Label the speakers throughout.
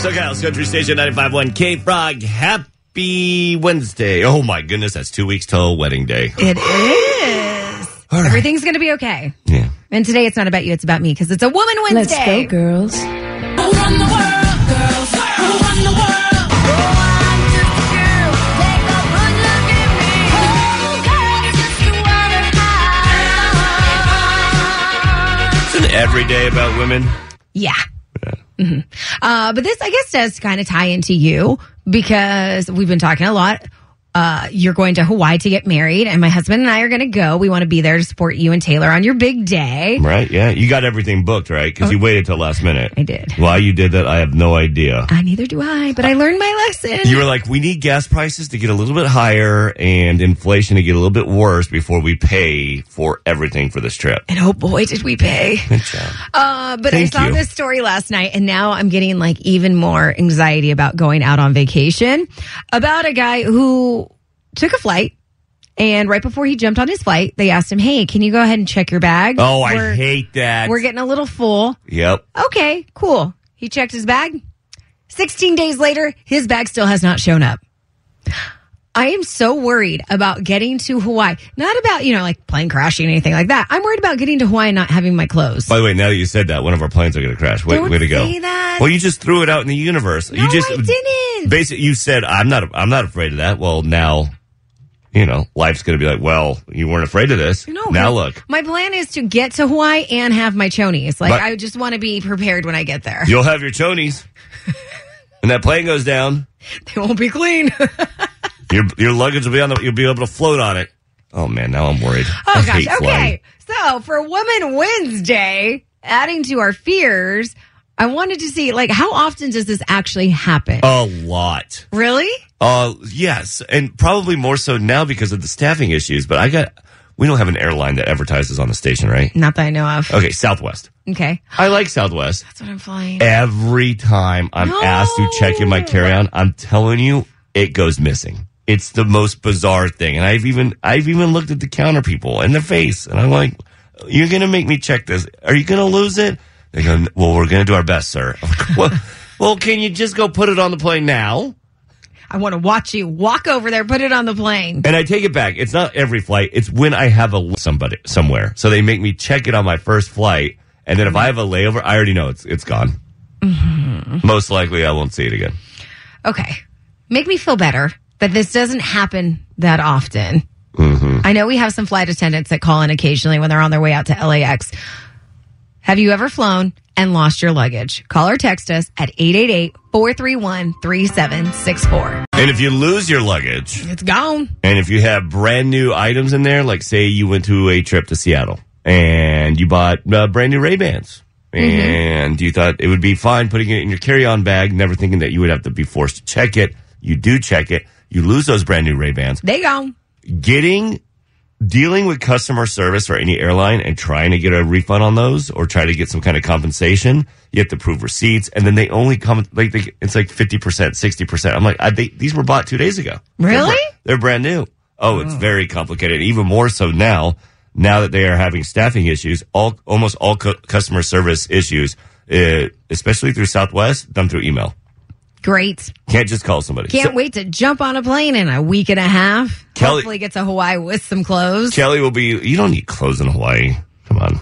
Speaker 1: So, Kyle's Country Station 951 K Frog, happy Wednesday. Oh, my goodness, that's two weeks till wedding day.
Speaker 2: It is.
Speaker 1: All right.
Speaker 2: Everything's going to be okay.
Speaker 1: Yeah.
Speaker 2: And today it's not about you, it's about me because it's a Woman Wednesday.
Speaker 3: girls.
Speaker 4: Who run the world, girls? Who run the world?
Speaker 1: Isn't every day about women?
Speaker 2: Yeah. Mhm. Uh, but this, I guess, does kind of tie into you because we've been talking a lot. Uh, you're going to Hawaii to get married, and my husband and I are going to go. We want to be there to support you and Taylor on your big day.
Speaker 1: Right? Yeah. You got everything booked, right? Because you waited till last minute.
Speaker 2: Oh. I did.
Speaker 1: Why you did that, I have no idea.
Speaker 2: I Uh, neither do I, but I learned my lesson.
Speaker 1: You were like, we need gas prices to get a little bit higher and inflation to get a little bit worse before we pay for everything for this trip.
Speaker 2: and oh boy, did we pay. Uh, but
Speaker 1: Thank
Speaker 2: I saw
Speaker 1: you.
Speaker 2: this story last night, and now I'm getting like even more anxiety about going out on vacation. About a guy who took a flight, and right before he jumped on his flight, they asked him, "Hey, can you go ahead and check your bag?
Speaker 1: Oh, I
Speaker 2: We're-
Speaker 1: hate that.
Speaker 2: We're getting a little full."
Speaker 1: Yep.
Speaker 2: Okay, cool. He checked his bag. 16 days later, his bag still has not shown up. I am so worried about getting to Hawaii. Not about, you know, like plane crashing or anything like that. I'm worried about getting to Hawaii and not having my clothes.
Speaker 1: By the way, now that you said that, one of our planes are going to crash. Way,
Speaker 2: Don't
Speaker 1: way to go.
Speaker 2: say that.
Speaker 1: Well, you just threw it out in the universe.
Speaker 2: No,
Speaker 1: you just
Speaker 2: I didn't.
Speaker 1: Basically, you said I'm not. I'm not afraid of that. Well, now, you know, life's going to be like, well, you weren't afraid of this.
Speaker 2: No,
Speaker 1: Now
Speaker 2: my-
Speaker 1: look,
Speaker 2: My plan is to get to Hawaii and have my chonies. Like
Speaker 1: But-
Speaker 2: I just want to be prepared when I get there.
Speaker 1: you'll have your chonies, and that plane goes down.
Speaker 2: They won't be clean. oh
Speaker 1: Your your luggage will be on the. You'll be able to float on it. Oh man, now I'm worried. I
Speaker 2: gosh.
Speaker 1: hate flying.
Speaker 2: Okay. So for Woman Wednesday, adding to our fears, I wanted to see like how often does this actually happen?
Speaker 1: A lot.
Speaker 2: Really?
Speaker 1: Uh, yes, and probably more so now because of the staffing issues. But I got. We don't have an airline that advertises on the station, right?
Speaker 2: Not that I know of.
Speaker 1: Okay, Southwest.
Speaker 2: Okay.
Speaker 1: I like Southwest.
Speaker 2: That's what I'm flying.
Speaker 1: Eh. Every time I'm
Speaker 2: No.
Speaker 1: asked to check in my carry-on, I'm telling you, it goes missing. It's the most bizarre thing. And I've even I've even looked at the counter people in their face and I'm like, You're gonna make me check this. Are you gonna lose it? They go, Well, we're gonna do our best, sir. I'm like, well, well, can you just go put it on the plane now?
Speaker 2: I want to watch you walk over there, put it on the plane.
Speaker 1: And I take it back. It's not every flight. It's when I have a l- somebody somewhere. So they make me check it on my first flight, and then if I have a layover, I already know it's it's gone. Most likely, I won't see it again.
Speaker 2: Okay. Make me feel better that this doesn't happen that often. I know we have some flight attendants that call in occasionally when they're on their way out to LAX. Have you ever flown and lost your luggage? Call or text us at 888 431 3764.
Speaker 1: And if you lose your luggage,
Speaker 2: It's gone.
Speaker 1: and if you have brand new items in there, like say you went to a trip to Seattle and you bought uh, brand new Ray Bans. And you thought it would be fine putting it in your carry on bag, never thinking that you would have to be forced to check it. You do check it. You lose those brand new Ray Bans.
Speaker 2: They gone.
Speaker 1: getting dealing with customer service for any airline and trying to get a refund on those or try to get some kind of compensation you have to prove receipts and then they only come like they, it's like 50% 60% i'm like I, they, these were bought two days ago they're,
Speaker 2: Really?
Speaker 1: bra- they're brand new oh it's very complicated even more so now now that they are having staffing issues all almost all cu- customer service issues uh, especially through southwest done through email
Speaker 2: Great.
Speaker 1: can't just call somebody
Speaker 2: Can't
Speaker 1: So-
Speaker 2: wait to jump on a plane in a week and a half.
Speaker 1: Kelly-
Speaker 2: Hopefully get to Hawaii with some clothes.
Speaker 1: kelly will be you don't need clothes in hawaii come on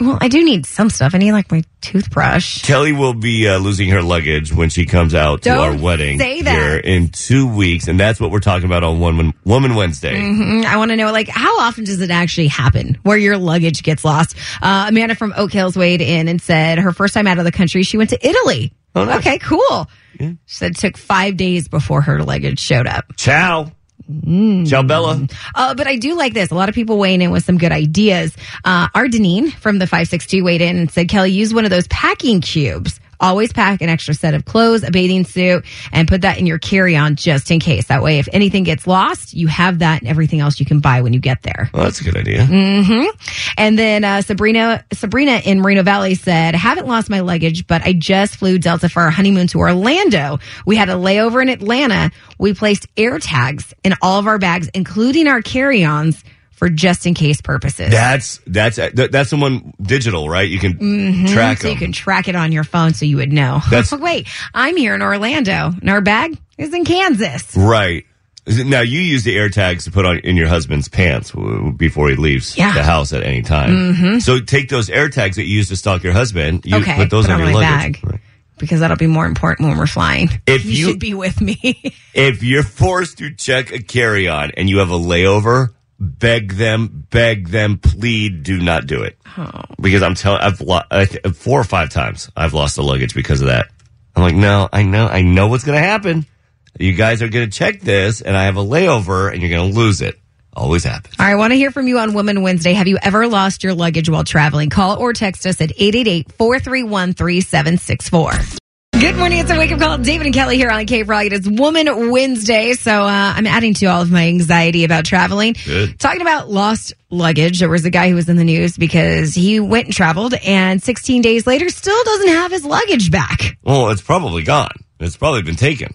Speaker 2: well, I do need some stuff. I need like my toothbrush.
Speaker 1: Kelly will be uh, losing her luggage when she comes out to
Speaker 2: Don't
Speaker 1: our wedding
Speaker 2: say that.
Speaker 1: here in two weeks, and that's what we're talking about on Woman, Woman Wednesday.
Speaker 2: Mm, I want to know, like, how often does it actually happen where your luggage gets lost? Uh, Amanda from Oak Hills weighed in and said her first time out of the country, she went to Italy.
Speaker 1: Oh, nice.
Speaker 2: Okay, cool. She said it took five days before her luggage showed up.
Speaker 1: Ciao,
Speaker 2: Mm.
Speaker 1: ciao, Bella.
Speaker 2: Uh, but I do like this. A lot of people weighing in with some good ideas. Uh, our Deneen from the 562 weighed in and said, Kelly, use one of those packing cubes. Always pack an extra set of clothes, a bathing suit, and put that in your carry on just in case. That way, if anything gets lost, you have that and everything else you can buy when you get there.
Speaker 1: Well, that's a good idea.
Speaker 2: And then uh, Sabrina, Sabrina in Moreno Valley said, "Haven't lost my luggage, but I just flew Delta for our honeymoon to Orlando. We had a layover in Atlanta. We placed air tags in all of our bags, including our carry-ons, for just in case purposes.
Speaker 1: That's that's uh, th- that's someone digital, right? You can track
Speaker 2: Mm-hmm. so you
Speaker 1: them.
Speaker 2: can track it on your phone, so you would know.
Speaker 1: That's-
Speaker 2: wait, I'm here in Orlando, and our bag is in Kansas.
Speaker 1: right. Is it- Now you use the air tags to put on in your husband's pants w- before he leaves
Speaker 2: Yeah. Mm-hmm.
Speaker 1: the house at any time. So take those air tags that you use to stalk your husband. You
Speaker 2: okay,
Speaker 1: put those on your
Speaker 2: my
Speaker 1: luggage.
Speaker 2: bag
Speaker 1: Right.
Speaker 2: because that'll be more important when we're flying.
Speaker 1: If you-
Speaker 2: should be with me."
Speaker 1: If you're forced to check a carry-on and you have a layover, beg them, beg them, plead, do not do it. Because I'm telling, I've lo- I th- four or five times I've lost the luggage because of that. I'm like, no, I know, I know what's going to happen. You guys are going to check this, and I have a layover, and you're going to lose it. Always happens.
Speaker 2: All right, I want to hear from you on Woman Wednesday. Have you ever lost your luggage while traveling? Call or text us at 888-431-3764. Good morning. It's a wake up call. David and Kelly here on K Rock. It is Woman Wednesday. So uh, I'm adding to all of my anxiety about traveling.
Speaker 1: Good.
Speaker 2: Talking about lost luggage, there was a guy who was in the news because he went and traveled and 16 days later still doesn't have his luggage back.
Speaker 1: Well, it's probably gone. It's probably been taken.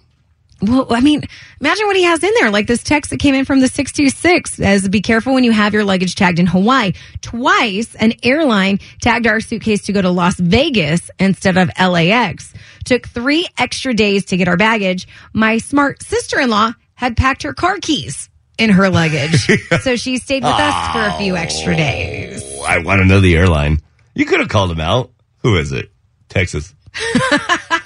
Speaker 2: Well, I mean, imagine what he has in there. Like this text that came in from the 626 says, be careful when you have your luggage tagged in Hawaii. Twice, an airline tagged our suitcase to go to Las Vegas instead of LAX. Took three extra days to get our baggage. My smart sister-in-law had packed her car keys in her luggage. so she stayed with us for a few extra days.
Speaker 1: Oh, I want to know the airline. You could have called them out. Who is it? Texas.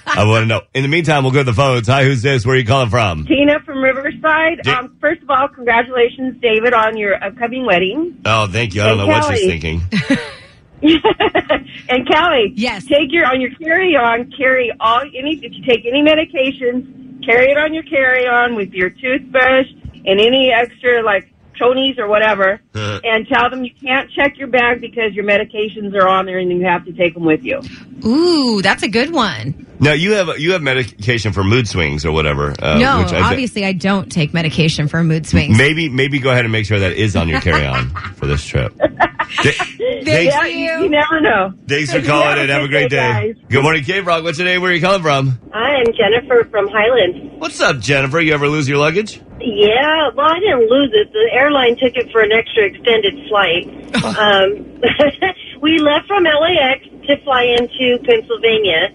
Speaker 1: I want to know. In the meantime, we'll go to the phones. Hi, who's this? Where are you calling from?
Speaker 3: Tina from Riverside.
Speaker 1: Da-
Speaker 3: Um, first of all, congratulations, David, on your upcoming wedding.
Speaker 1: Oh, thank you. I don't know
Speaker 3: Hey,
Speaker 1: what she's
Speaker 3: Kelly.
Speaker 1: thinking.
Speaker 3: and Kelly,
Speaker 2: Yes.
Speaker 3: take your on your carry on. Carry all any if you take any medications, carry it on your carry on with your toothbrush and any extra like chonies or whatever. and tell them you can't check your bag because your medications are on there and you have to take them with you.
Speaker 2: Ooh, that's a good one.
Speaker 1: Now you have you have medication for mood swings or whatever. Uh,
Speaker 2: no,
Speaker 1: which I thi-
Speaker 2: obviously I don't take medication for mood swings.
Speaker 1: Maybe maybe go ahead and make sure that is on your carry on for this trip. Th- thanks,
Speaker 3: Yeah,
Speaker 2: you.
Speaker 3: you never know.
Speaker 1: thanks for calling in. Have a great day.
Speaker 3: Guys.
Speaker 1: Good morning, Cave Rock. What's your name? Where are you calling from?
Speaker 3: I am Jennifer from Highland.
Speaker 1: What's up, Jennifer? You ever lose your luggage?
Speaker 3: Yeah, well, I didn't lose it. The airline took it for an extra extended flight. um, we left from LAX to fly into Pennsylvania,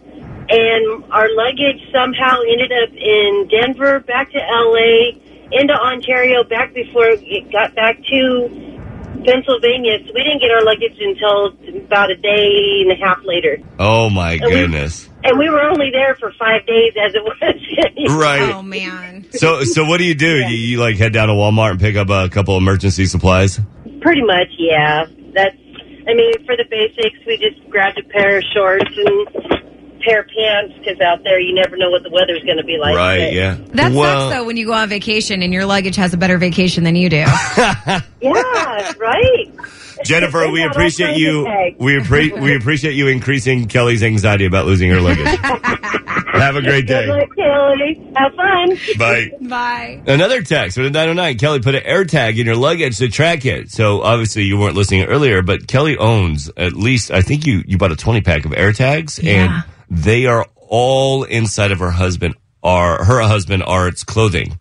Speaker 3: and our luggage somehow ended up in Denver, back to LA, into Ontario, back before it got back to Pennsylvania. So we didn't get our luggage until about a day and a half later.
Speaker 1: Oh my
Speaker 3: we-
Speaker 1: goodness!
Speaker 3: And we were only there for five days, as it was.
Speaker 1: Right.
Speaker 2: Oh man.
Speaker 1: So so what do you do? You, you like head down to Walmart and pick up a couple emergency supplies?
Speaker 3: Pretty much, yeah. That's, I mean, for the basics, we just grabbed a pair of shorts and pair of pants because out there you never know what the weather's going to be like.
Speaker 1: right.
Speaker 3: But-
Speaker 1: Yeah.
Speaker 2: That
Speaker 1: well,
Speaker 2: sucks though when you go on vacation and your luggage has a better vacation than you do.
Speaker 3: Yeah, right.
Speaker 1: Jennifer, we
Speaker 3: Not all
Speaker 1: appreciate
Speaker 3: kinds
Speaker 1: you.
Speaker 3: of eggs.
Speaker 1: We appre- we appreciate you increasing Kelly's anxiety about losing her luggage. Have a great day.
Speaker 3: Good luck, Kelly. Have fun.
Speaker 1: Bye.
Speaker 2: Bye.
Speaker 1: Another text with a 909. Kelly put an air tag in your luggage to track it. So obviously you weren't listening earlier, but Kelly owns at least, I think you, you bought a 20 pack of air tags
Speaker 2: Yeah.
Speaker 1: and they are all inside of her husband, are her husband, Art's clothing.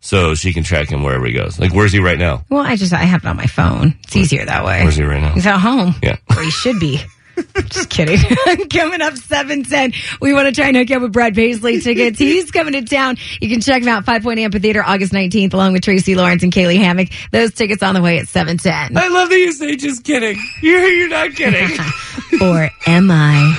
Speaker 1: So she can track him wherever he goes. Like, where's he right now?
Speaker 2: Well, I just I have it on my phone. It's easier that way.
Speaker 1: Where's he right now?
Speaker 2: He's at home.
Speaker 1: Yeah.
Speaker 2: Where he should be. Just kidding. coming up seven ten. We want to try and hook you up with Brad Paisley tickets. He's coming to town. You can check him out Five Point Amphitheater August nineteenth, along with Tracy Lawrence and Kaylee Hammock. Those tickets on the way at seven ten.
Speaker 1: I love that you say just kidding. You're, you're not kidding.
Speaker 2: Or am I?